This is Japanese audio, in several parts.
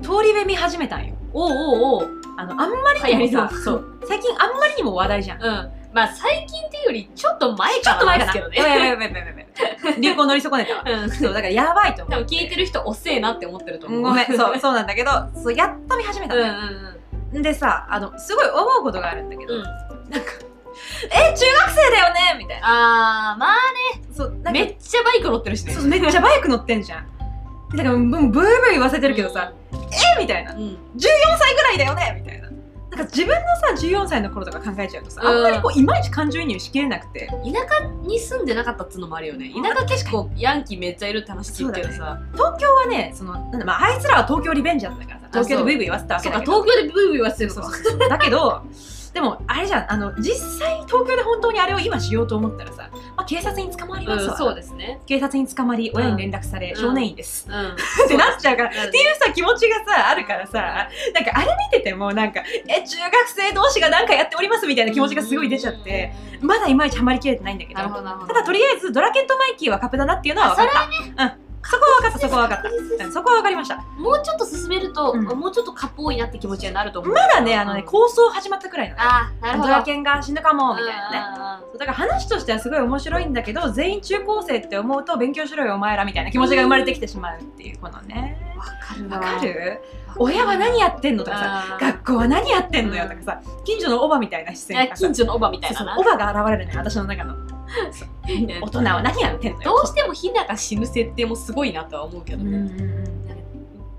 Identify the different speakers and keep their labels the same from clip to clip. Speaker 1: リウェ見始めたんよ。
Speaker 2: おうおうおう。
Speaker 1: あの、あんまりに
Speaker 2: 流行
Speaker 1: も
Speaker 2: り
Speaker 1: さ、
Speaker 2: だ
Speaker 1: そう。最近あんまりにも話題じゃん。
Speaker 2: うん。まあ最近っていうより、ちょっと前
Speaker 1: ちょっ
Speaker 2: か
Speaker 1: と
Speaker 2: ら
Speaker 1: 前
Speaker 2: で
Speaker 1: か
Speaker 2: す
Speaker 1: な。
Speaker 2: け
Speaker 1: や
Speaker 2: ど
Speaker 1: ばい
Speaker 2: ね。
Speaker 1: やばいやばいやばいやばい流行乗り損ねたわ。
Speaker 2: うん。
Speaker 1: そう、だからやばいと思
Speaker 2: 多
Speaker 1: う。
Speaker 2: 分聞いてる人遅えなって思ってると思
Speaker 1: う
Speaker 2: う。
Speaker 1: んごめん、そう、そうなんだけど、そう、やっと見始めた
Speaker 2: うん
Speaker 1: の
Speaker 2: うん
Speaker 1: よ、でさ、あの、すごい思うことがあるんだけど、
Speaker 2: うん。うん。
Speaker 1: なんか、え、中学生だよねみたいな。
Speaker 2: あー、まあ、
Speaker 1: そう、なんか
Speaker 2: めっちゃバイク乗ってるしね。
Speaker 1: そうそうめっちゃバイク乗ってんじゃん。でだから、もうブーブー言わせてるけどさ、えみたいな。
Speaker 2: うん。うん。
Speaker 1: 14歳ぐらいだよねみたいな。なんか自分のさ14歳の頃とか考えちゃうとさ、あんまりこういまいち感情移入しきれなくて
Speaker 2: 田舎に住んでなかったっつうのもあるよね
Speaker 1: うん
Speaker 2: 田舎結構ヤンキーめっちゃいるって話聞いてる
Speaker 1: そう
Speaker 2: さ
Speaker 1: 東京はねそのなんだ、まあ、あいつらは東京リベンジャーズだからさ東京でブイブイ言わせたわけ
Speaker 2: そう
Speaker 1: だ
Speaker 2: か
Speaker 1: けど
Speaker 2: 東京でブイブイ言わせてるのか
Speaker 1: そうだけどでもあれじゃんあの実際東京で本当にあれを今しようと思ったらさ、まあ、警察に捕まりますわ、
Speaker 2: うんそうですね
Speaker 1: 警察に捕まり親に連絡され、
Speaker 2: うん
Speaker 1: 少年院です、
Speaker 2: うん
Speaker 1: ってなっちゃうから、
Speaker 2: うん
Speaker 1: っていうさ気持ちがさあるからさなんかあれ見ててもなんかえ中学生同士がなんかやっておりますみたいな気持ちがすごい出ちゃって、
Speaker 2: うん
Speaker 1: まだいまいちハマりきれてないんだけど
Speaker 2: なるほどなるほど
Speaker 1: ただとりあえずドラケンとマイキーはカップだなっていうのは分かった。うん。そこは分かった、そこは分か
Speaker 2: 確実
Speaker 1: った。うんそこは分かりました。
Speaker 2: もうちょっと進めると、
Speaker 1: うん
Speaker 2: もうちょっとカッポ多いなって気持ちになると思う
Speaker 1: まだね、あのね、構想始まったくらいのね。
Speaker 2: ああなるほ
Speaker 1: ド
Speaker 2: ど
Speaker 1: ラケンが死ぬかも、み
Speaker 2: み
Speaker 1: た
Speaker 2: た
Speaker 1: い
Speaker 2: い
Speaker 1: なね。
Speaker 2: なね
Speaker 1: そうだから話としてはすごい面白いんだけど、全員中高生って思うと勉強しろよ、お前らみたいな気持ちが生まれてきてしまうっていう、このね。
Speaker 2: わかる
Speaker 1: わかる親は何やってんのとかさ、
Speaker 2: さ
Speaker 1: 学校は何やってんのよとかさ、近所のおばみたいな視線とかさ、
Speaker 2: 近所のおばみたい
Speaker 1: そう
Speaker 2: なな
Speaker 1: そうおばが現れるのよ、私の中の。大人は何やってんの
Speaker 2: ど
Speaker 1: よ。
Speaker 2: うしてもひなが死ぬ設定もすごいなとは思うけど
Speaker 1: うん
Speaker 2: ね、
Speaker 1: うんうん
Speaker 2: なんか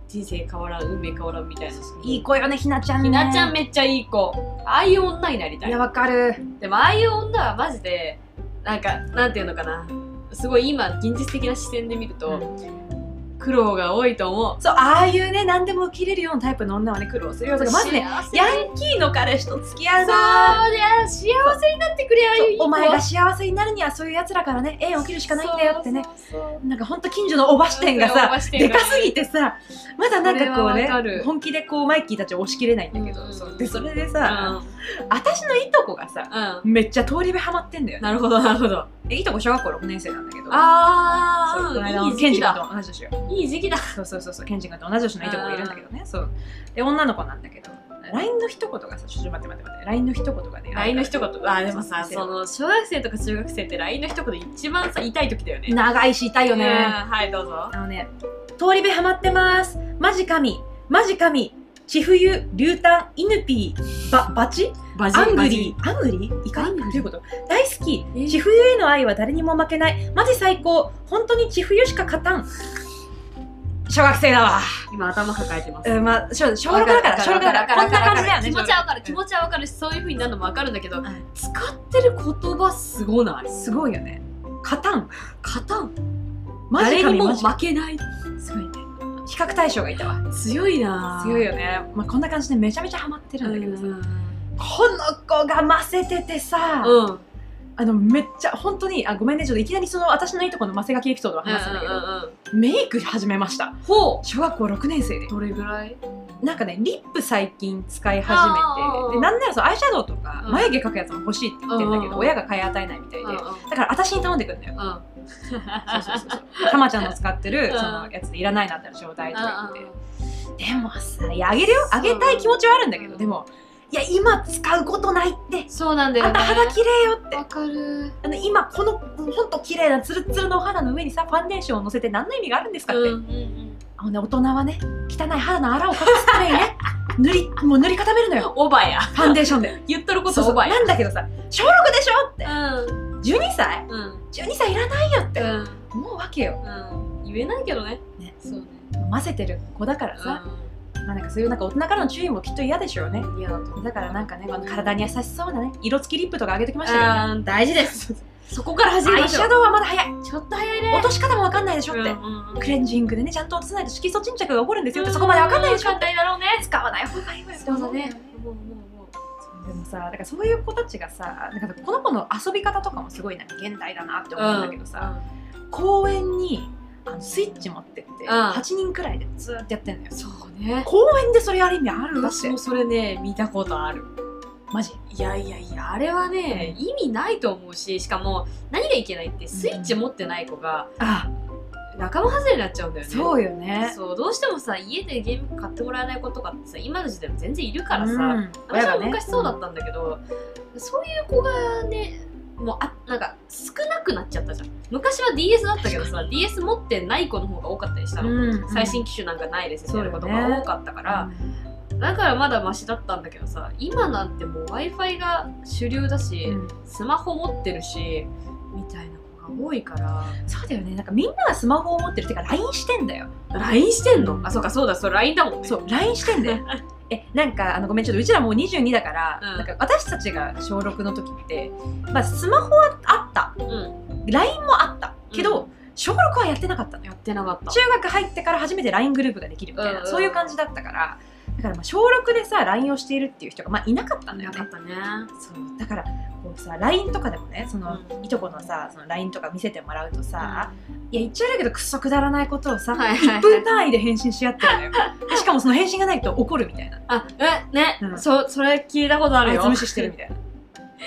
Speaker 2: 人生変わらん運命変わらんみたいない
Speaker 1: い子よね、ひなちゃんね。
Speaker 2: ひなちゃんめっちゃいい子ああいう女になりた
Speaker 1: い
Speaker 2: い
Speaker 1: や、わかる。
Speaker 2: でもああいう女はマジでなんかなんていうのかなすごい今現実的な視線で見ると、苦労が多いと思う
Speaker 1: そう、ああいうね、何でも受け入れるようなタイプの女はね、苦労するよ。だからまずね、
Speaker 2: 幸せ
Speaker 1: ヤンキーの彼氏と付き合
Speaker 2: そうう
Speaker 1: ぞ
Speaker 2: じゃ幸せになってくれああいういい子
Speaker 1: お前が幸せになるにはそういう奴らからね、縁を切るしかないんだよってね。
Speaker 2: そうそうそう
Speaker 1: なんかほんと近所のおば視点がさ、
Speaker 2: そう
Speaker 1: でかすぎてさ、まだなんかこう
Speaker 2: それはわ
Speaker 1: ね
Speaker 2: かる、
Speaker 1: 本気でこうマイキーたちを押し切れないんだけ
Speaker 2: うん
Speaker 1: ど、
Speaker 2: うん
Speaker 1: そうで、それで
Speaker 2: う
Speaker 1: さ、
Speaker 2: ん、
Speaker 1: 私のいとこがさ、
Speaker 2: うん、
Speaker 1: めっちゃ通り部ハマってんだよね。
Speaker 2: なるほどなるほど
Speaker 1: えいとこ小学校6年生なんだけど、
Speaker 2: あ
Speaker 1: そうこの間
Speaker 2: あ
Speaker 1: の
Speaker 2: いい
Speaker 1: ケ
Speaker 2: 時
Speaker 1: ン
Speaker 2: 期
Speaker 1: ジ君
Speaker 2: だ
Speaker 1: と同じ年よ。
Speaker 2: いい時期だ
Speaker 1: そうそうそうそう、ケンジ君と同じ年のいとこがいるんだけどね、そう。で、女の子なんだけど、LINE の一言がさ、ちょっと待って待って待って、LINE の一言がね、
Speaker 2: LINE の一言あーでも
Speaker 1: 見
Speaker 2: さ
Speaker 1: せる
Speaker 2: その小学生とか中学生って LINE の一言一番さ痛い時だよね
Speaker 1: 長いし痛いよ
Speaker 2: うん
Speaker 1: ね。
Speaker 2: はいどうぞ
Speaker 1: あのね、通り部ハマってます。マジ神、マジ神、千冬、竜炭、イヌピー、バ、バチ
Speaker 2: バ
Speaker 1: アング
Speaker 2: バ
Speaker 1: リー、アングリー怒
Speaker 2: アン
Speaker 1: り
Speaker 2: グ
Speaker 1: ど
Speaker 2: リー
Speaker 1: ういうこと大好き、
Speaker 2: え
Speaker 1: 千冬への愛は誰にも負けない。マジ最高、本当に千冬しか勝たん。小学生だわ。
Speaker 2: 今頭抱えてます
Speaker 1: うん、まあ、小小6だから、小6だから、こんな感じだよね。
Speaker 2: 気持ちはわかる
Speaker 1: 小
Speaker 2: 気
Speaker 1: 六
Speaker 2: 持ちはわかるしそういうふうになるのもわかるんだけど、
Speaker 1: ん
Speaker 2: 使ってる言葉すごない
Speaker 1: すごいよね。勝たん。
Speaker 2: 勝たん
Speaker 1: マジ
Speaker 2: 誰
Speaker 1: か
Speaker 2: に
Speaker 1: も
Speaker 2: も
Speaker 1: 負
Speaker 2: 負けない
Speaker 1: すごいね。比較対象がいたわ。
Speaker 2: 強いな
Speaker 1: 強いよね。まあ、こんな感じでめちゃめちゃハマってる
Speaker 2: うん
Speaker 1: だけ
Speaker 2: ん
Speaker 1: どさ。この子がませててさ、
Speaker 2: うん
Speaker 1: あの、めっちゃ、本当に、あ、ごめんね、ちょっといきなりその私のいいとこのませがきエピソードを話すんだけど、メイク始めました。
Speaker 2: ほ
Speaker 1: 小学校6年生で
Speaker 2: う。どれぐらい
Speaker 1: なんかね、リップ最近使い
Speaker 2: あ
Speaker 1: 始め
Speaker 2: ー
Speaker 1: て、で、なんならそう、アイシャドウとか、
Speaker 2: うん
Speaker 1: 眉毛描くやつも欲しいって言ってんだけ
Speaker 2: うん
Speaker 1: ど、親が買い与えないみたいで、
Speaker 2: うんうん
Speaker 1: だから私に頼んでくんだよ。そうそうそうそう。たまちゃんの使ってる
Speaker 2: うん
Speaker 1: そのやつでいらないなったらちょうだいとか
Speaker 2: うん
Speaker 1: 言
Speaker 2: うん
Speaker 1: って。でもさ、いやあげるよあげたい気持ちはあるんだけど、でも、いや、今使うことないって。
Speaker 2: そうなんだよ
Speaker 1: あん
Speaker 2: ね
Speaker 1: た肌綺麗よって。
Speaker 2: わかる
Speaker 1: あの今このほんと綺麗なツルツルのお肌の上にさファンデーションをのせて何の意味があるんですかって、
Speaker 2: うんうんうん
Speaker 1: あのね大人はね汚い肌のあらを隠すためにね 塗りもう塗り固めるのよ
Speaker 2: オバや
Speaker 1: ファンデーションで
Speaker 2: 言っとるこ
Speaker 1: そう
Speaker 2: と
Speaker 1: そう
Speaker 2: オバや
Speaker 1: なんだけどさ小6でしょって
Speaker 2: うん
Speaker 1: 12歳
Speaker 2: うん
Speaker 1: 12歳いらないよって
Speaker 2: うん
Speaker 1: 思うわけよ
Speaker 2: うん言えないけどね
Speaker 1: ね
Speaker 2: そうね
Speaker 1: 混ぜてる子だからさ、まあ、なんかそういうなんか大人からの注意もきっと嫌でしょうね
Speaker 2: うん嫌だと思う
Speaker 1: だからなんかねこの体に優しそうなね色付きリップとかあげてきましたけどね
Speaker 2: あー大事ですそこから始め
Speaker 1: ア
Speaker 2: ま
Speaker 1: イ
Speaker 2: し
Speaker 1: シ
Speaker 2: ょ
Speaker 1: ャ
Speaker 2: う
Speaker 1: ドウはまだ早い
Speaker 2: ちょっと早いね
Speaker 1: 落とし方もわかんないでしょって、
Speaker 2: うんうんうん
Speaker 1: クレンジングでねちゃんと落とさないと色素沈着が起こるんですよってそこまでわかんないでしょって
Speaker 2: 簡単だろうね
Speaker 1: 使わない方がいいわよ
Speaker 2: そうだね
Speaker 1: でもさだからそういう子たちがさなんかこの子の遊び方とかもすごいなんか現代だなって思うんだけどさ、公園にあのスイッチ持ってって、
Speaker 2: うん
Speaker 1: 8人くらいでずーっとやってんのよ
Speaker 2: そうね
Speaker 1: 公園でそれやる意味あるだっ
Speaker 2: 私
Speaker 1: て
Speaker 2: もそれね見たことある
Speaker 1: マジ
Speaker 2: いやいやいやあれはね意味ないと思うししかも何がいけないってスイッチ持ってない子が
Speaker 1: あ
Speaker 2: 仲間外れになっちゃうんだよね
Speaker 1: そうよね
Speaker 2: そうどうしてもさ家でゲーム買ってもらえない子とかってさ今の時代も全然いるからさ、
Speaker 1: うん
Speaker 2: 私は
Speaker 1: 親がね
Speaker 2: 昔そうだったんだけど、そういう子がねもうあなんか少なくなっちゃったじゃん昔は DS だったけどさ DS 持ってない子の方が多かったりしたの、
Speaker 1: うん
Speaker 2: 最新機種なんかないです
Speaker 1: そ
Speaker 2: や
Speaker 1: うよ
Speaker 2: る
Speaker 1: ね
Speaker 2: ことが多かったから、だからまだマシだったんだけどさ今なんてもう w i f i が主流だし、
Speaker 1: うん
Speaker 2: スマホ持ってるしみたいな子が多いから
Speaker 1: そうだよねなんかみんながスマホを持ってるっていうか LINE してんだよ
Speaker 2: LINE してんのあそうかそうだそう LINE だもんね
Speaker 1: そう LINE してんだよえなんかあのごめんちょっとうちらもう22だから、
Speaker 2: うん
Speaker 1: なんか私たちが小6の時って、まあ、スマホはあった
Speaker 2: うん
Speaker 1: LINE もあったけど、小6はやってなかったのよ
Speaker 2: やってなかった
Speaker 1: 中学入ってから初めて LINE グループができるみたいな、
Speaker 2: うんうん
Speaker 1: そういう感じだったからだからまあ小6でさ LINE をしているっていう人がまあいなかったのよ
Speaker 2: な
Speaker 1: ね
Speaker 2: かったね
Speaker 1: そうだからこうさ LINE とかでもねその、
Speaker 2: うん
Speaker 1: いとこのさその LINE とか見せてもらうとさ、いや言っちゃ悪いけどくっそくだらないことをさ、
Speaker 2: はいはいはい
Speaker 1: 1分単位で返信し合ってるのよでしかもその返信がないと怒るみたいな
Speaker 2: あえね、
Speaker 1: うん
Speaker 2: そそれ聞いたことあ
Speaker 1: あ
Speaker 2: る
Speaker 1: い
Speaker 2: よ
Speaker 1: つ無視してるみたいな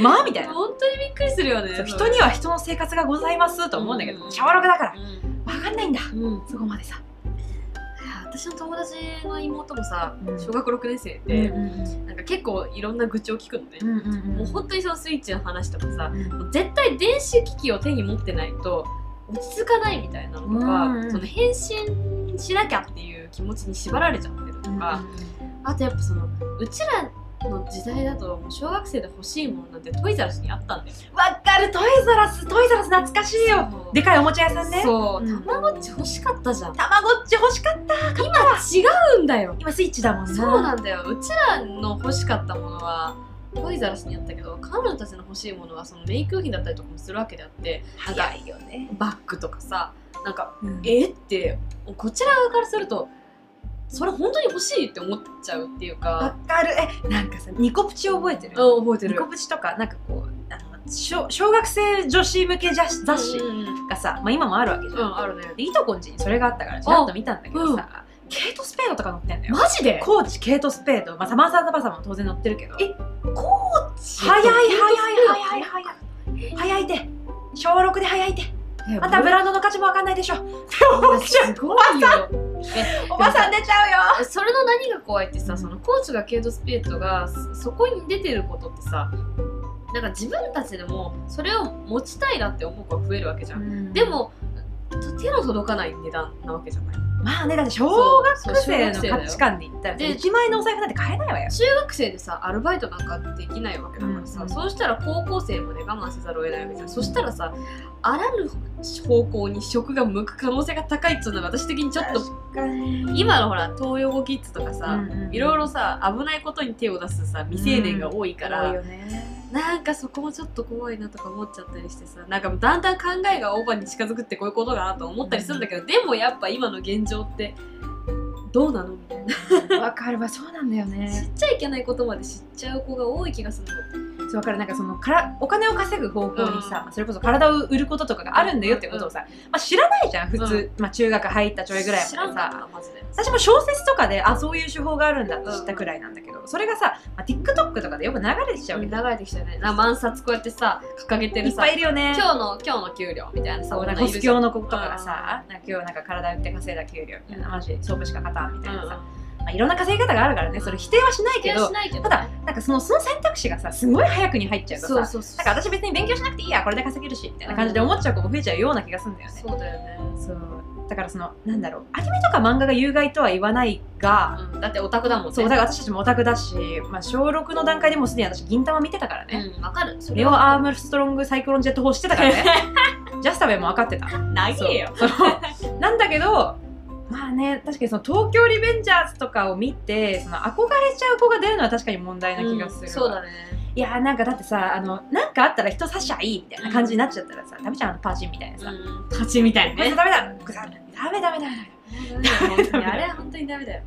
Speaker 1: まあみたいな
Speaker 2: 本当にびっくりするよね
Speaker 1: そう人には人の生活がございますと思うんだけど、
Speaker 2: うん
Speaker 1: 小6だから
Speaker 2: う
Speaker 1: 分かんないんだ
Speaker 2: ん、うん、
Speaker 1: そこまでさ、
Speaker 2: 私の友達の妹もさ
Speaker 1: うん
Speaker 2: 小学6年生
Speaker 1: うん
Speaker 2: で、なんか結構いろんな愚痴を聞くのね、
Speaker 1: うんうんうん
Speaker 2: もう本当にそのスイッチの話とかさ
Speaker 1: うん
Speaker 2: もう絶対電子機器を手に持ってないと落ち着かないみたいなのとか、
Speaker 1: うんうん
Speaker 2: その返信しなきゃっていう気持ちに縛られちゃってるとか、あとやっぱそのうちらの時代だともう小学生で欲しいものなんてトイザらスにあったんだよ
Speaker 1: わかるトイザラストイザラス懐かしいよ
Speaker 2: そう
Speaker 1: でかいおもちゃ屋さんね
Speaker 2: そう、
Speaker 1: うん
Speaker 2: たまごっち欲しかったじゃん
Speaker 1: たまごっち欲しかった
Speaker 2: 違うんだよ
Speaker 1: 今スイッチだもんな
Speaker 2: そうなんだようちらの欲しかったものはトイザらスにあったけど彼女たちの欲しいものはそのメイク用品だったりとかもするわけであってなんか
Speaker 1: 早いよね、
Speaker 2: バッグとかさなんか
Speaker 1: うん
Speaker 2: えーってこちら側からするとそれ本当に欲しいって思っちゃうっていう
Speaker 1: わ
Speaker 2: か
Speaker 1: かるえなんかさニコプチ覚えてる
Speaker 2: あ覚えて
Speaker 1: ニコプチとかなんかこうあの小小学生女子向け雑誌雑誌
Speaker 2: うんうん
Speaker 1: がさ、まあ、今もあるわけじゃ、
Speaker 2: うんんあるね
Speaker 1: でいとこんちにそれがあったからちらっと見たんだけどさ、ケイト・スペードとか載ってんだよ
Speaker 2: マジで
Speaker 1: コーチケイト・スペード、まあ、サマーサータバサも当然載ってるけど
Speaker 2: えコーチ
Speaker 1: 早い早い
Speaker 2: い
Speaker 1: 早い早い早いて小6で早いてまたブ
Speaker 2: ラ
Speaker 1: ランドの価値もわかんないでしょ
Speaker 2: すごいよ
Speaker 1: おばさん出ちゃうよ
Speaker 2: えそれの何が怖いって
Speaker 1: う
Speaker 2: さ
Speaker 1: ん
Speaker 2: そのコーチがケイト・スピリットがそそこに出てることってさなんか自分たちでもそれを持ちたいなって思う子が増えるわけじゃん、でも手の届かない値段なわけじゃない
Speaker 1: まあねだって小学生の
Speaker 2: そうそう小学生だよ
Speaker 1: 価値観で言ったら
Speaker 2: で
Speaker 1: 1万円のお財布なんて買えないわよ
Speaker 2: 中学生でさアルバイトなんかできないわけだからさ、
Speaker 1: うん
Speaker 2: そうしたら高校生まで我慢せざるを得ないわけじゃんそしたらさあらぬ方向に食が向く可能性が高いっつうのが私的にちょっと今のほら東洋語キッズとかさ、いろいろさ危ないことに手を出すさ未成年が多いから、
Speaker 1: 多いよね
Speaker 2: なんかそこもちょっと怖いなとか思っちゃったりしてさなんかだんだん考えがオーバーに近づくってこういうことだなと思ったりするんだけど、でもやっぱ今の現状ってどうなのみたいな
Speaker 1: わかるわそうなんだよ
Speaker 2: 知
Speaker 1: ね
Speaker 2: っちゃいけないことまで知っちゃう子が多い気がするの
Speaker 1: そうわかるなんかそのからお金を稼ぐ方向にさ、それこそ体を売ることとかがあるんだよってことをさ、まあ、知らないじゃん普通、まあ、中学入ったちょいぐらい
Speaker 2: 知
Speaker 1: ま
Speaker 2: ら
Speaker 1: で
Speaker 2: んか
Speaker 1: さ
Speaker 2: ったマジで
Speaker 1: 私も小説とかであそういう手法があるんだって知ったくらいなんだけど、それがさ、まあ、TikTok とかでよく流れてきちゃうわけ
Speaker 2: 流れてきたよねな万冊こうやってさ掲げて
Speaker 1: い
Speaker 2: る
Speaker 1: っ
Speaker 2: さ
Speaker 1: ぱいいるよね
Speaker 2: 今日の今日の給料みたいなさ
Speaker 1: そうなんか
Speaker 2: 女い
Speaker 1: 保
Speaker 2: る
Speaker 1: 守
Speaker 2: じゃん
Speaker 1: 教の子とかがさなんか今日なんか体売って稼いだ給料みたいなマジで勝負しか勝たんみたいなさ、まあ、いろんな稼ぎ方があるからねそれ否定はしないけ
Speaker 2: けど
Speaker 1: ど
Speaker 2: しないけど
Speaker 1: ただなんかそのその選択肢がさすごい早くに入っちゃうとさ
Speaker 2: そうそうそ
Speaker 1: な
Speaker 2: う
Speaker 1: か
Speaker 2: ん
Speaker 1: 私別に勉強しなくていいやこれで稼げるしみたいな感じで思っちゃう子も増えちゃうような気がするんだよね、
Speaker 2: そうだよね
Speaker 1: そうだからそのなんだろうアニメとか漫画が有害とは言わないが、
Speaker 2: うんだってオタクだもんね
Speaker 1: そうだから私たちもオタクだし、まあ、小6の段階でもうすでに私銀玉見てたからね、
Speaker 2: うんわかるそ
Speaker 1: レ
Speaker 2: れ
Speaker 1: オ・
Speaker 2: は
Speaker 1: アームストロングサイクロンジェット砲してたから ねジャスタベも分かってた
Speaker 2: 長えよ
Speaker 1: そうそう なんだけどまあね確かにその東京リベンジャーズとかを見てその憧れちゃう子が出るのは確かに問題な気がする、
Speaker 2: うんそうだね
Speaker 1: いやーなんかだってさあのなんかあったら人差しゃいいみたいな感じになっちゃったらさダメじゃんあのパーチンみたいなさ、
Speaker 2: うん立ちみたい
Speaker 1: これダメだこれダメだダメダメダメ
Speaker 2: 本当にあれは本当にダメだよ。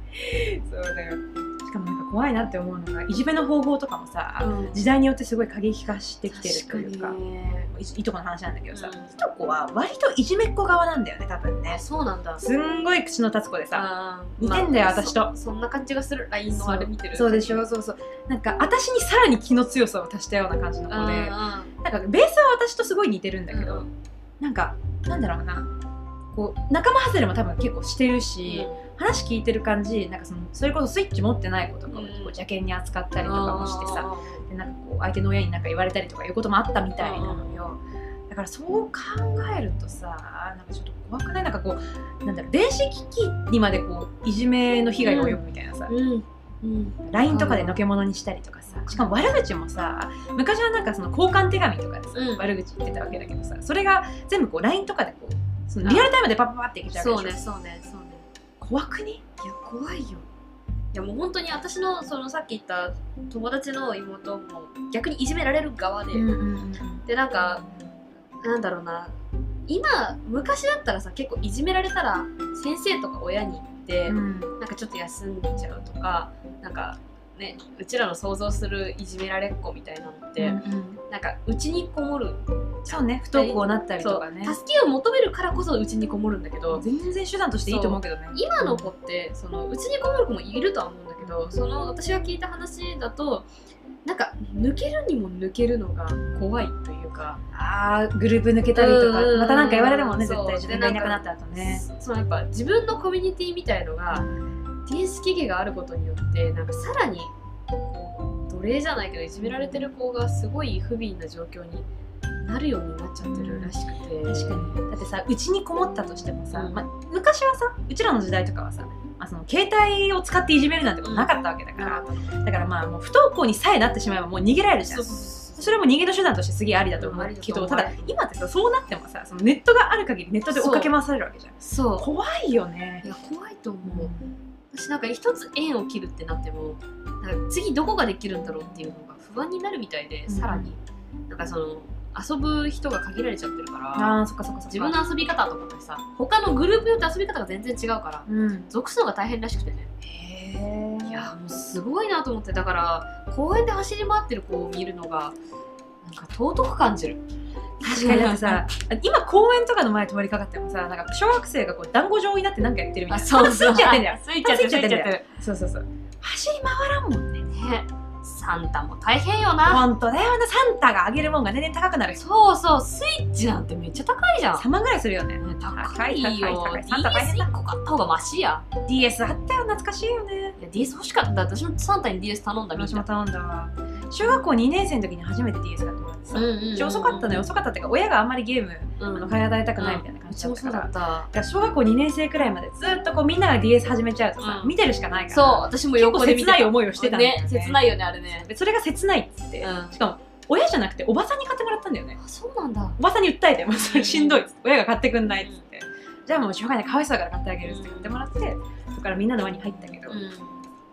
Speaker 1: そうだよしかもなんか怖いなって思うのがいじめの方法とかもさ、
Speaker 2: うん
Speaker 1: 時代によってすごい過激化してきてるという
Speaker 2: 確か
Speaker 1: か
Speaker 2: に
Speaker 1: いいとこの話なんだけどさ、
Speaker 2: うん
Speaker 1: いとこは割といじめっ子側なんだよね多分ね
Speaker 2: あそうなんだ。
Speaker 1: すんごい口の立つ子でさ
Speaker 2: あー
Speaker 1: 似てんだよ
Speaker 2: まあ
Speaker 1: 私と
Speaker 2: そそんな感じがする。LINE のあれ見てる。
Speaker 1: そうでしょそうそうなんか私にさらに気の強さを足したような感じの
Speaker 2: うん。
Speaker 1: 子
Speaker 2: う
Speaker 1: で
Speaker 2: ん
Speaker 1: なんかベースは私とすごい似てるんだけど、
Speaker 2: うん
Speaker 1: なんかなんだろうなこう仲間外れも多分結構してるし、話聞いてる感じなんかそのそれこそスイッチ持ってない子とかをこう邪険に扱ったりとかもしてさ、でなんかこう相手の親になんか言われたりとかいうこともあったみたいなのよ。だからそう考えるとさなんかちょっと怖くないなんかこうなんだろう電子機器にまでこういじめの被害が及ぶみたいなさ、
Speaker 2: うんうん
Speaker 1: LINE とかでのけ者にしたりとかさしかも悪口もさ昔はなんかその交換手紙とかでさ、
Speaker 2: うん
Speaker 1: 悪口言ってたわけだけどさそれが全部こう LINE とかでこうそのリアルタイムでパッパッパッっていけちゃう
Speaker 2: そう
Speaker 1: わけ
Speaker 2: ね
Speaker 1: でしょ
Speaker 2: そうねそうね
Speaker 1: 怖くね
Speaker 2: いや怖いよいやもう本当に私のそのさっき言った友達の妹も逆にいじめられる側で、でなんかなんだろうな今昔だったらさ結構いじめられたら先生とか親に言って、なんかちょっと休んじゃうとかなんかねうちらの想像するいじめられっ子みたいなのって、
Speaker 1: で、うんうん
Speaker 2: なんかうちにこもる
Speaker 1: そうね不登校なったり
Speaker 2: そ
Speaker 1: と
Speaker 2: う
Speaker 1: かね
Speaker 2: 助けを求めるからこそうちにこもるんだけど
Speaker 1: 全然手段としていいと思うけどね
Speaker 2: 今の子ってそのうちにこもる子もいるとは思うんだけどその私が聞いた話だとなんか抜けるにも抜けるのが怖いというか、
Speaker 1: あーグループ抜けたりと
Speaker 2: うん
Speaker 1: か
Speaker 2: うんうん
Speaker 1: またなんか言われるもんね
Speaker 2: そ
Speaker 1: 絶
Speaker 2: う
Speaker 1: 対自分がいなくなった後ね
Speaker 2: そのやっぱ自分のコミュニティみたいのが電子機器があることによってなんかさらにこう奴隷じゃないけどいじめられてる子がすごい不憫な状況になるようになっちゃってるらしくて、
Speaker 1: 確かにだってさうちにこもったとしてもさ、
Speaker 2: うん
Speaker 1: ま、昔はさうちらの時代とかはさ、まあ、その携帯を使っていじめるなんてことなかったわけだから、だからまあもう不登校にさえなってしまえばもう逃げられるじゃん
Speaker 2: そうそう
Speaker 1: そ
Speaker 2: そうそう
Speaker 1: れも逃げの手段としてすげえありだと思
Speaker 2: うんあ
Speaker 1: う
Speaker 2: りだ
Speaker 1: け
Speaker 2: と
Speaker 1: ど、
Speaker 2: 思う
Speaker 1: ただ今ってさそうなってもさそのネットがある限りネットで追っかけ回されるわけじゃん
Speaker 2: そう
Speaker 1: 怖いよね
Speaker 2: いや怖いと思う、
Speaker 1: う
Speaker 2: 私なんか一つ縁を切るってなってもなんか次どこができるんだろうっていうのが不安になるみたいで、
Speaker 1: うん
Speaker 2: さらになんかその遊ぶ人が限られちゃってるから
Speaker 1: あーそっかそっかそっか
Speaker 2: 自分の遊び方とかってさ他のグループによって遊び方が全然違うから
Speaker 1: うん
Speaker 2: 属すのが大変らしくてね
Speaker 1: へえ
Speaker 2: いやもうすごいなと思ってだから公園で走り回ってる子を見るのがなんか尊く感じる
Speaker 1: 確かにだって さ今公園とかの前通りかかってもさなんか小学生がこう団子状になってなんかやってるみたいな スイッチやってんだよ
Speaker 2: スイッチやってるスイッチやってる
Speaker 1: そうそうそう走り回らんもんね
Speaker 2: ねサンタも大変よな
Speaker 1: 本当だよなサンタがあげるもんが年々高くなる
Speaker 2: そうそう、スイッチなんてめっちゃ高いじゃん。
Speaker 1: 3万ぐらいするよね
Speaker 2: ね高いよ。
Speaker 1: 高い高い高い
Speaker 2: DS
Speaker 1: サンタ大変だ
Speaker 2: 1個買った方がマシや。
Speaker 1: DS あったよ懐かしいよね
Speaker 2: いや、DS 欲しかった。私もサンタに DS 頼んだみん
Speaker 1: 私も
Speaker 2: な。
Speaker 1: 頼んだわ小学校2年生の時に初めて DS 買ってもらってさ、
Speaker 2: うんうん
Speaker 1: うち遅かったのよ遅かったっていうか親があんまりゲーム
Speaker 2: う
Speaker 1: あの
Speaker 2: ん。
Speaker 1: 買い与えたくないみたいな感
Speaker 2: う
Speaker 1: じ
Speaker 2: ち
Speaker 1: だっ
Speaker 2: も
Speaker 1: たか
Speaker 2: そう
Speaker 1: ら,、
Speaker 2: だった。
Speaker 1: だから小学校2年生くらいまでずっとこうみんなが DS 始めちゃうとさ、
Speaker 2: うん
Speaker 1: 見てるしかないから
Speaker 2: そう、私も
Speaker 1: 結構
Speaker 2: 横で見
Speaker 1: 切
Speaker 2: て
Speaker 1: ない
Speaker 2: た。
Speaker 1: 思いをしてたんだよね
Speaker 2: ね。切ないよね、あれね。
Speaker 1: でそれが切ないっつって、
Speaker 2: うん
Speaker 1: しかも親じゃなくておばさんに買ってもらったんだよね
Speaker 2: あそうなんだ。
Speaker 1: おばさんに訴えてもうそれしんどいっつって親が買ってくんないっつって、じゃあもうしょうがないかわいそうだから買ってあげるっつって買ってもらって、そこからみんなの輪に入ったけど、
Speaker 2: うん。
Speaker 1: で
Speaker 2: で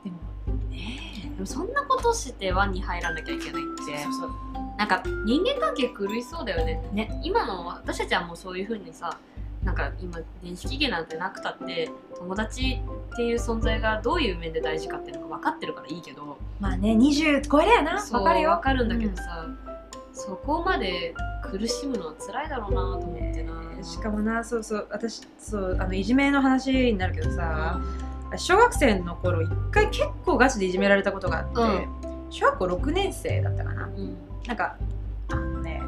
Speaker 1: もねえ
Speaker 2: もそんなことして輪に入らなきゃいけないって
Speaker 1: そうそうそう
Speaker 2: なんか人間関係狂いそうだよね
Speaker 1: ね
Speaker 2: 今の私たちはもうそういう風にさなんか今電子機器なんてなくたって友達っていう存在がどういう面で大事かっていうのが分かってるからいいけど
Speaker 1: まあね20超えだよな
Speaker 2: そう
Speaker 1: わかるよ
Speaker 2: 分かるんだけどさ、そこまで苦しむのは辛いだろうなと思ってな、
Speaker 1: しかもなそうそう私そうあのいじめの話になるけどさ、小学生の頃一回結構ガチでいじめられたことがあって、
Speaker 2: うん
Speaker 1: 小学校6年生だったかな
Speaker 2: うん、
Speaker 1: なんかあのね、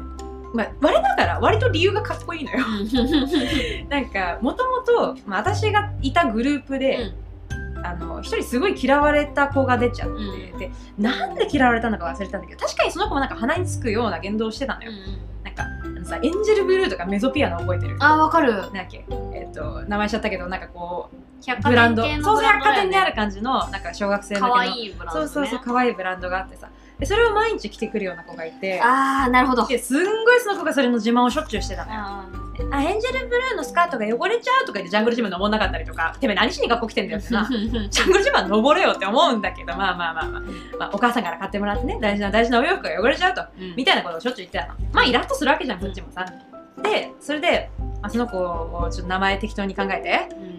Speaker 1: まあ、我ながら割と理由がかっこいいのよ なんかもともと私がいたグループで、あの一人すごい嫌われた子が出ちゃって、
Speaker 2: うん
Speaker 1: でなんで嫌われたのか忘れたんだけど確かにその子もなんか鼻につく ような言動をしてたのよ、なんかあのさエンジェルブルーとかメゾピアノ覚えてる
Speaker 2: あ分かる
Speaker 1: なんだっけ、えっと名前しちゃったけどなんかこう
Speaker 2: 百
Speaker 1: ブランド
Speaker 2: 系の
Speaker 1: そうそう
Speaker 2: ブラ
Speaker 1: 百
Speaker 2: ンド
Speaker 1: 貨
Speaker 2: だよ
Speaker 1: 店
Speaker 2: ね
Speaker 1: にある感じのなんか小学生向けの
Speaker 2: 可愛いブランド、
Speaker 1: そう
Speaker 2: ね、
Speaker 1: そうそう可愛いブランドがあってさでそれを毎日着てくるような子がいて
Speaker 2: ああなるほど
Speaker 1: ですんごいその子がそれの自慢をしょっちゅうしてたのよ
Speaker 2: あ
Speaker 1: あエンジェルブルーのスカートが汚れちゃうとか言ってジャングルジム登んなかったりとかてめえ何しに学校来てんだよってなジャングルジムは登れよって思うんだけどまあまあまあまあ、まあ、お母さんから買ってもらってね大事な大事なお洋服が汚れちゃうとみたいなことをしょっちゅう言ってたのまあイラッとするわけじゃんこっちもさでそれで、まあ、その子をちょっと名前適当に考えて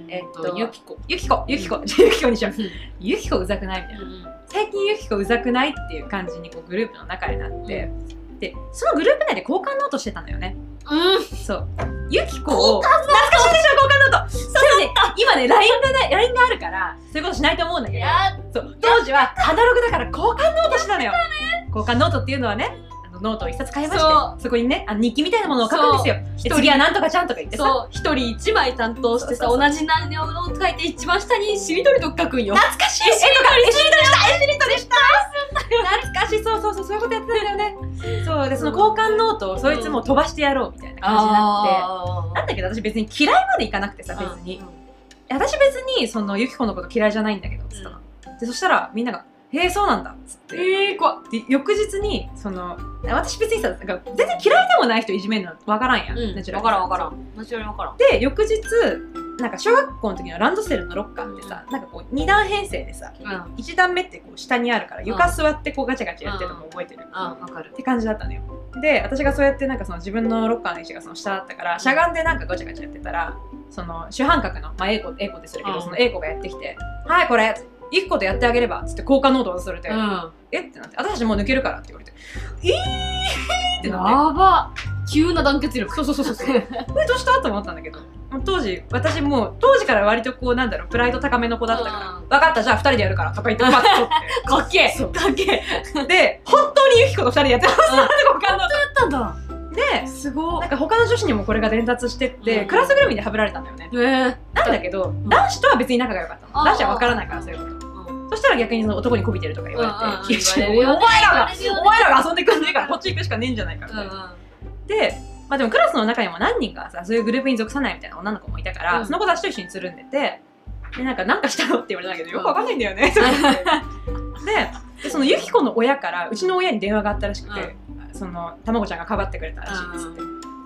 Speaker 1: えっ
Speaker 2: えっ
Speaker 1: と
Speaker 2: と、ゆきこ。
Speaker 1: ゆきこゆき こゆきこにしよう
Speaker 2: うん
Speaker 1: ゆきこうざくないみたいな最近ユキコうざくないっていう感じにこうグループの中になって、でそのグループ内で交換ノートしてたんだよね
Speaker 2: うん。
Speaker 1: そうユキコを懐かしいでしょ交換ノートそうね今ね LINE がない LINE があるからそういうことしないと思うんだけど
Speaker 2: やっ
Speaker 1: そう当時はアナログだから交換ノートしてたのよ交換ノートっていうのはねあののノートを一冊買いましてそこにねあの日記みたいなものを書くんですよで次はなんとかちゃんとか言ってさ
Speaker 2: そう一人一枚担当してさ
Speaker 1: そうそうそう
Speaker 2: 同じ内容を書いて一番下にしりとりと書くんよ
Speaker 1: 懐かしいえしりとりしたえしりとりした懐かしいそうそうそうそういうことやってたんだよねそうでその交換ノートをそいつも飛ばしてやろうみたいな感じになって
Speaker 2: あ
Speaker 1: なんだけど私別に嫌いまでいかなくてさ
Speaker 2: ー
Speaker 1: 別に私別にそのユキコのこと嫌いじゃないんだけどっつったの、でそしたらみんなが「へえそうなんだ」っつって、
Speaker 2: えー、怖っ
Speaker 1: で翌日にその私別にさなんか全然嫌いでもない人いじめるの分からんや、
Speaker 2: うん、
Speaker 1: ナ
Speaker 2: わ
Speaker 1: チュラル
Speaker 2: からんわからん。ナチュラルわからん。
Speaker 1: で翌日なんか小学校の時のランドセルのロッカーってさ、なんかこう2段編成でさ、
Speaker 2: う
Speaker 1: 一1段目ってこう下にあるから床座ってこうガチャガチャやってるのも覚えてる、
Speaker 2: あ、
Speaker 1: っ
Speaker 2: わかる。
Speaker 1: て感じだったのよで私がそうやってなんかその自分のロッカーの位置がその下だったからしゃがんでなんかガチャガチャやってたらその主犯格の、まあ、A 子 A 子でするけど、
Speaker 2: うん
Speaker 1: その A 子がやってきて「はいこれ」ゆきことやってあげればっつって交換ノートを渡されて、
Speaker 2: うん。
Speaker 1: えってなって私たちもう抜けるからって言われてえーって
Speaker 2: や
Speaker 1: なって
Speaker 2: ば。急な団結力。
Speaker 1: そうそうそうそうえどうしたと思ったんだけどもう当時私もう当時から割とこうなんだろうプライド高めの子だったから
Speaker 2: うん
Speaker 1: 「分かったじゃあ2人でやるから」とか言ってバッと
Speaker 2: かっけえ。
Speaker 1: そう
Speaker 2: かっけえ。
Speaker 1: 取 ってで本当にゆきこと2人でやってます
Speaker 2: うん
Speaker 1: なんでか分かんなか
Speaker 2: だったんだ。
Speaker 1: ったです
Speaker 2: ご
Speaker 1: なん
Speaker 2: い。
Speaker 1: か他の女子にもこれが伝達してって、
Speaker 2: うん
Speaker 1: クラスぐるみでハブられたんだよね
Speaker 2: えー。
Speaker 1: なんだけど、
Speaker 2: ん
Speaker 1: 男子とは別に仲が良かったの
Speaker 2: あー
Speaker 1: 男子は分からないからそういうことそしたら逆にその男にこびてるとか言
Speaker 2: うんうん
Speaker 1: わ
Speaker 2: うん
Speaker 1: れて「いや
Speaker 2: 言われるよね
Speaker 1: お前ら
Speaker 2: 言わ
Speaker 1: が
Speaker 2: れるよね
Speaker 1: お前らが遊んでくんねえからこっち行くしかねえんじゃないか」みたいなで、まあ、でもクラスの中にも何人かさそういうグループに属さないみたいな女の子もいたから、
Speaker 2: うん
Speaker 1: その子たちと一緒につるんでてでなんか何かしたのって言われたんだけどよくわかんないんだよ ね、ででそのユキコの親からうちの親に電話があったらしくて、そのたまごちゃんがかばってくれたらしいっつって、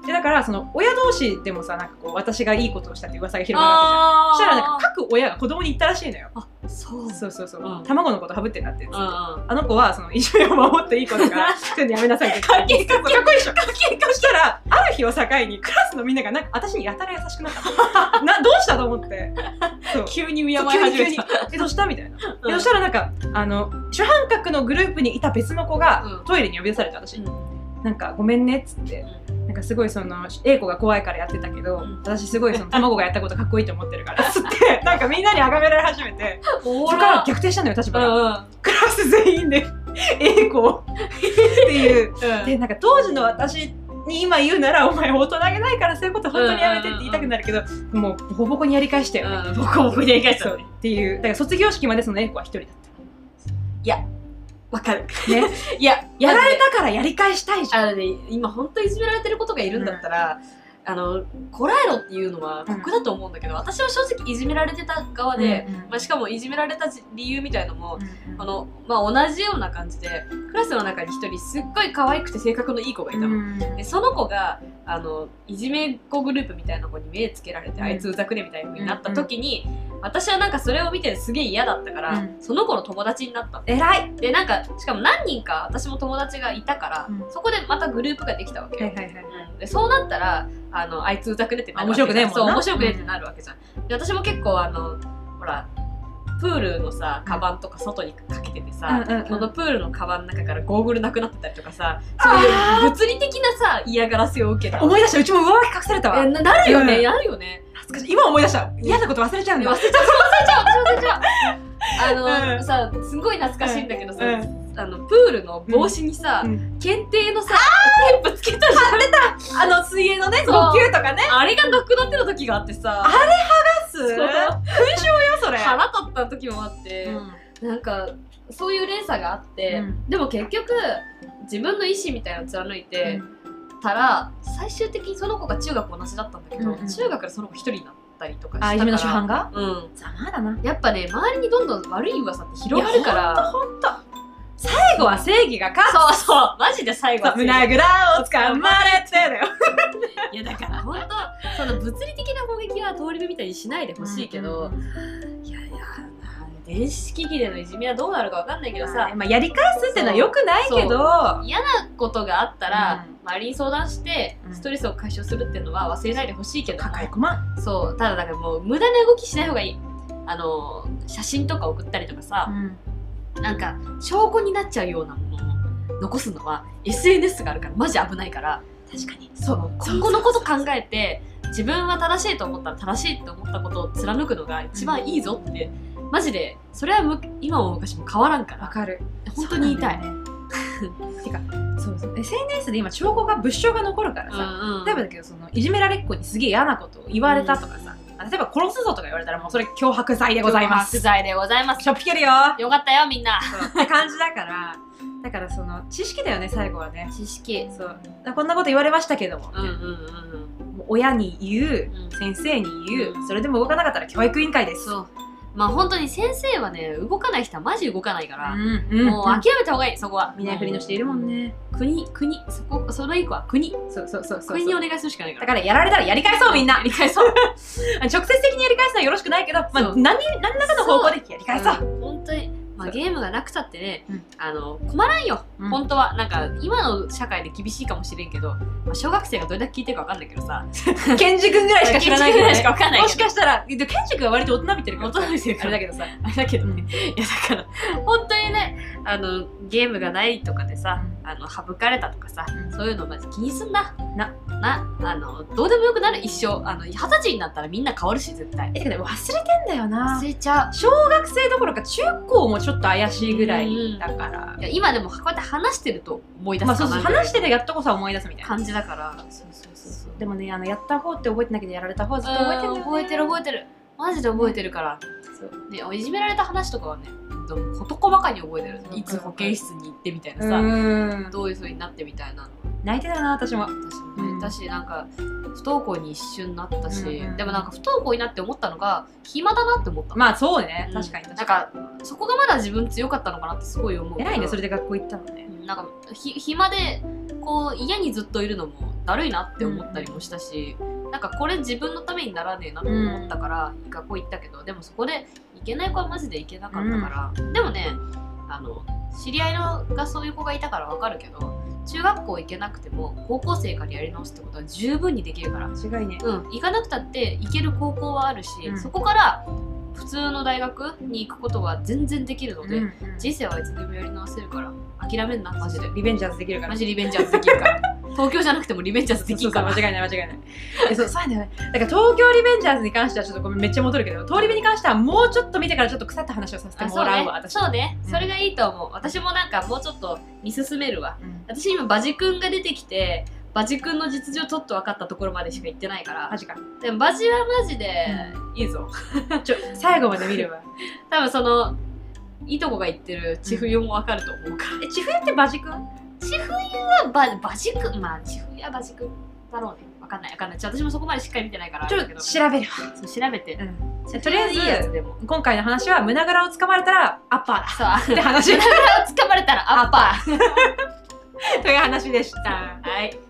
Speaker 1: でだからその親同士でもさなんかこう私がいいことをしたって噂が広がるわけじゃんそしたら
Speaker 2: あ
Speaker 1: なん
Speaker 2: か
Speaker 1: か各親が子供に言ったらしいのよ
Speaker 2: そう
Speaker 1: そうそうそう、
Speaker 2: うん
Speaker 1: 卵のことハブってなってっつって
Speaker 2: うん
Speaker 1: あの子はそのいじめを守っていい子だから、そういうのやめなさいって言って。かっこいいでしょ。かっこいいそしたら、ある日を境にクラスのみんながなんか私にやたら優しくなったの。などうしたと思って。そう
Speaker 2: 急に敬い
Speaker 1: そう
Speaker 2: 始めた
Speaker 1: 急に急にえ、どうしたみたいな。で
Speaker 2: う
Speaker 1: そ
Speaker 2: ん
Speaker 1: したらなんか、あの、主犯格のグループにいた別の子が、
Speaker 2: うん
Speaker 1: トイレに呼び出された私、
Speaker 2: うん
Speaker 1: なんかごめんねっつって。なんかすごいその A 子が怖いからやってたけど、
Speaker 2: うん
Speaker 1: 私すごいその 卵がやったことかっこいいと思ってるからっつってなんかみんなに崇められ始めて
Speaker 2: お
Speaker 1: それから逆転したのよ立場
Speaker 2: う
Speaker 1: が、
Speaker 2: んうん
Speaker 1: クラス全員で A 子っていう
Speaker 2: うん
Speaker 1: でなんか当時の私に今言うならお前大人げないからそういうこと本当にやめてって言いたくなるけど、もうボコボコにやり返してよ、
Speaker 2: うんボコボコにやり返した
Speaker 1: そ
Speaker 2: の
Speaker 1: う
Speaker 2: ね
Speaker 1: っていうだから卒業式までその A 子は一人だっ
Speaker 2: わかる
Speaker 1: たね
Speaker 2: いや
Speaker 1: やら
Speaker 2: れ
Speaker 1: れたからやり返したいじゃん
Speaker 2: あのね、今本当にいじめられてることがいるんだったら、あのこらえろっていうのは酷だと思うんだけど、私は正直いじめられてた側で、
Speaker 1: うんうん
Speaker 2: まあ、しかもいじめられたじ理由みたいのも、
Speaker 1: うん
Speaker 2: あのまあ、同じような感じでクラスの中に一人すっごい可愛くて性格のいい子がいたの。
Speaker 1: うん
Speaker 2: でその子があのいじめっ子グループみたいな子に目つけられて、
Speaker 1: うん
Speaker 2: あいつうざくねみたいになった時に、私はなんかそれを見てすげえ嫌だったから、
Speaker 1: うん
Speaker 2: その子の友達になったの
Speaker 1: 偉い
Speaker 2: でなんかしかも何人か私も友達がいたから、
Speaker 1: うん
Speaker 2: そこでまたグループができたわけ
Speaker 1: は
Speaker 2: よ、
Speaker 1: いはいはい
Speaker 2: うんでそうなったらあのあいつうざくねってなるわけ
Speaker 1: あ面白くねえもんな
Speaker 2: そう面白くねえってなるわけじゃん、で私も結構あのほらプールのさカバンとか外にかけててさ、
Speaker 1: うんうんうん
Speaker 2: このプールのカバンの中からゴーグルなくなってたりとかさそういう物理的なさ嫌がらせを受けた
Speaker 1: 思い出したうちも上書き隠されたわ
Speaker 2: えななるよね、
Speaker 1: うん
Speaker 2: なるよね
Speaker 1: 懐かしい今思い出した嫌なこと忘れちゃうん
Speaker 2: 忘
Speaker 1: だ
Speaker 2: れちゃう忘れちゃう忘れちゃうあ
Speaker 1: う
Speaker 2: の、
Speaker 1: ん
Speaker 2: さすごい懐かしいんだけどさ、
Speaker 1: うん
Speaker 2: あのプールの帽子にさ、
Speaker 1: うん
Speaker 2: 検定のさテープつけたじゃん
Speaker 1: あの水泳のね
Speaker 2: そう
Speaker 1: 呼吸とかね
Speaker 2: あれがなくなってた時があってさ
Speaker 1: あ
Speaker 2: そう
Speaker 1: そうだ勲章よそれ
Speaker 2: 腹立った時もあって、なんかそういう連鎖があって、
Speaker 1: うん
Speaker 2: でも結局自分の意思みたいなの貫いてたら、最終的にその子が中学同じだったんだけど、
Speaker 1: うんうん
Speaker 2: 中学でその子一人になったりとかしたから
Speaker 1: あいじめの主犯が
Speaker 2: うん
Speaker 1: ざまだな
Speaker 2: やっぱね周りにどんどん悪い噂って広がるから
Speaker 1: ほんと最後は正義が勝
Speaker 2: そうそうマジで最後は
Speaker 1: つ胸ぐらをつかまれてだよ
Speaker 2: いやだから本当その物理的な攻撃は通り部みたいにしないでほしいけど、いやいやな電子機器でのいじめはどうなるかわかんないけどさ、
Speaker 1: さまあやり返すってのはよくないけど
Speaker 2: ことがあったら、
Speaker 1: うん
Speaker 2: 周りに相談して
Speaker 1: うん
Speaker 2: ストレスを解消するっていうのは忘れないでほしいけども、
Speaker 1: 抱え込まん
Speaker 2: そうただだからもう無駄な動きしない方がいいあの写真とか送ったりとかさ、なんか証拠になっちゃうようなものを残すのは SNS があるからマジ危ないから
Speaker 1: 確かに
Speaker 2: その
Speaker 1: そう
Speaker 2: 今後のこと考えて自分は正しいと思ったら正しいと思ったことを貫くのが一番いいぞって、マジでそれはむ今も昔も変わらんか
Speaker 1: わ
Speaker 2: ら
Speaker 1: かる
Speaker 2: 本当に言いたい。
Speaker 1: そうなんだよねてかそうそう SNS で今証拠が物証が残るからさ、例えばだけどそのいじめられっ子にすげえ嫌なことを言われたとかさ、あ例えば殺すぞとか言われたらもうそれ脅迫罪でございます
Speaker 2: 不在でございます
Speaker 1: しょっぴけるよ
Speaker 2: よかったよみんな
Speaker 1: そうって感じだからだからその知識だよね最後はね
Speaker 2: 知識
Speaker 1: そうだからこんなこと言われましたけども,、
Speaker 2: うんうん
Speaker 1: もう親に言う
Speaker 2: うんうん
Speaker 1: 先生に言う、
Speaker 2: うん
Speaker 1: それでも動かなかったら教育委員会です
Speaker 2: そうまあ本当に先生はね動かない人はマジ動かないから、
Speaker 1: んうん
Speaker 2: もう諦めた方がいいそこは
Speaker 1: 南国の人いるもんね
Speaker 2: 国国そこそれ以降は国
Speaker 1: そうそうそうそう
Speaker 2: 国にお願いするしかないか
Speaker 1: だ
Speaker 2: ら
Speaker 1: からやられたらやり返そうみんな
Speaker 2: やり返そう
Speaker 1: 直接的にやり返すのはよろしくないけど、まあ、
Speaker 2: そう
Speaker 1: 何何らかの方向でやり返そう
Speaker 2: うん本当にまあ、
Speaker 1: そう
Speaker 2: ゲームがなくたってね、
Speaker 1: うん
Speaker 2: あの困らんよ、
Speaker 1: うん
Speaker 2: 本当はなんか今の社会で厳しいかもしれんけど、まあ、小学生がどれだけ聞いてるか分かんないけ どさ
Speaker 1: ケンジ君ぐらいしか知らないけど、
Speaker 2: 建築ぐらいしか
Speaker 1: ね、
Speaker 2: 分かんない
Speaker 1: も
Speaker 2: け
Speaker 1: し
Speaker 2: ど
Speaker 1: かしたらでケンジ君は割と大人びてるから
Speaker 2: 元の人
Speaker 1: あれだけどさ、
Speaker 2: あれだけど
Speaker 1: う
Speaker 2: ね、
Speaker 1: ん
Speaker 2: いやだから本当にねあのゲームがないとかでさあの省かれたとかさ、
Speaker 1: うん
Speaker 2: そういうのまず気にすんな
Speaker 1: な
Speaker 2: なあのどうでもよくなる一生あの二十歳になったらみんな変わるし絶対
Speaker 1: えてかね忘れてんだよな
Speaker 2: 忘れちゃう
Speaker 1: 小学生どころか中高もちょっと怪しいぐらいだから、
Speaker 2: いや今でもこうやって話してると思い出す
Speaker 1: まあ
Speaker 2: か
Speaker 1: そう
Speaker 2: な
Speaker 1: そう
Speaker 2: みたいな
Speaker 1: 話しててやっとこそ思い出すみたいな
Speaker 2: 感じだからそうそうそうそう
Speaker 1: でもねあのやった方って覚えてないけどやられた方ずっと覚えてるんだよね
Speaker 2: 覚えてる覚えてるマジで覚えてるから、
Speaker 1: そう
Speaker 2: ね、いじめられた話とかはねでも事細かに覚えてる
Speaker 1: うん
Speaker 2: いつ保健室に行ってみたいな
Speaker 1: う
Speaker 2: さ、
Speaker 1: ん
Speaker 2: どういうふうになってみたいなの
Speaker 1: 泣いてたな私も
Speaker 2: 私もね、
Speaker 1: うん
Speaker 2: だしなんか不登校に一瞬なったし、
Speaker 1: うんうん
Speaker 2: でもなんか不登校になって思ったのが暇だなって思った、
Speaker 1: まあそうね、
Speaker 2: うん
Speaker 1: 確かに確
Speaker 2: なん
Speaker 1: か
Speaker 2: かそこがまだ自分強かったのかなってすごい思う
Speaker 1: に偉いねそれ
Speaker 2: で
Speaker 1: で学校行ったのね
Speaker 2: なんかひ暇でこう家にずっといるのもだるいなって思ったりもしたし、なんかこれ自分のためにならねえなと思ったから、学校行ったけどでもそこで行けない子はマジで行けなかったから、でもねあの知り合いのがそういう子がいたからわかるけど中学校行けなくても高校生からやり直すってことは十分にできるから
Speaker 1: 間違いね
Speaker 2: うん、行かなくたって行ける高校はあるし、
Speaker 1: うん
Speaker 2: そこから普通の大学に行くことは全然できるので、
Speaker 1: うん
Speaker 2: 人生はいつでもやり直せるから諦めんなマジで
Speaker 1: リベンジャーズできるから
Speaker 2: マジリベンジャーズできるから 東京じゃなくてもリベンジャーズできるから
Speaker 1: そうそう間違いない間違いない えそうそうだよねだから東京リベンジャーズに関してはちょっとごめんめっちゃ戻るけど通り部に関してはもうちょっと見てからちょっと腐った話をさせて
Speaker 2: あ
Speaker 1: も
Speaker 2: そう
Speaker 1: らう
Speaker 2: ね
Speaker 1: わ私
Speaker 2: そうね、
Speaker 1: うん
Speaker 2: それがいいと思う私もなんかもうちょっと見進めるわ
Speaker 1: うん
Speaker 2: 私今バジ君が出てきてバジ君の実情ちょっと分かったところまでしか行ってないから
Speaker 1: マジか
Speaker 2: でもバジはマジでいいぞ、
Speaker 1: ちょ最後まで見れば
Speaker 2: 多分そのいとこが言ってる千冬も分かると思うから
Speaker 1: え千冬ってバジ君
Speaker 2: ちふゆはババジクまあちふゆはバジクだろうねわかんないわかんないちょ私もそこまでしっかり見てないからあ
Speaker 1: ち
Speaker 2: れ
Speaker 1: ょっ
Speaker 2: だ
Speaker 1: と
Speaker 2: けど
Speaker 1: 調べる
Speaker 2: そう調べて
Speaker 1: わ、うん、とりあえ
Speaker 2: いいやつ
Speaker 1: ず
Speaker 2: でも
Speaker 1: 今回の話は胸ぐらを掴まれたらアッパーだ
Speaker 2: そうあ
Speaker 1: って話 と
Speaker 2: 掴まれたらアッパー
Speaker 1: いう話でした
Speaker 2: はい